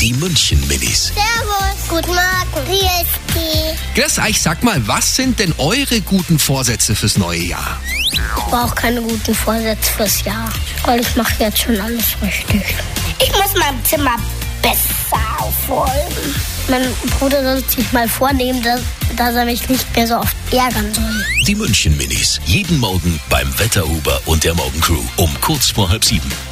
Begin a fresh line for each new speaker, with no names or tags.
Die München Minis.
Servus. Guten Morgen. Wie ist die?
Grüß euch, sag mal, was sind denn eure guten Vorsätze fürs neue Jahr?
Ich brauche keine guten Vorsätze fürs Jahr, weil ich mache jetzt schon alles richtig. Ich muss mein Zimmer besser aufräumen. Mein Bruder soll sich mal vornehmen, dass, dass er mich nicht mehr so oft ärgern soll.
Die München Minis. Jeden Morgen beim Wetterhuber und der Morgencrew um kurz vor halb sieben.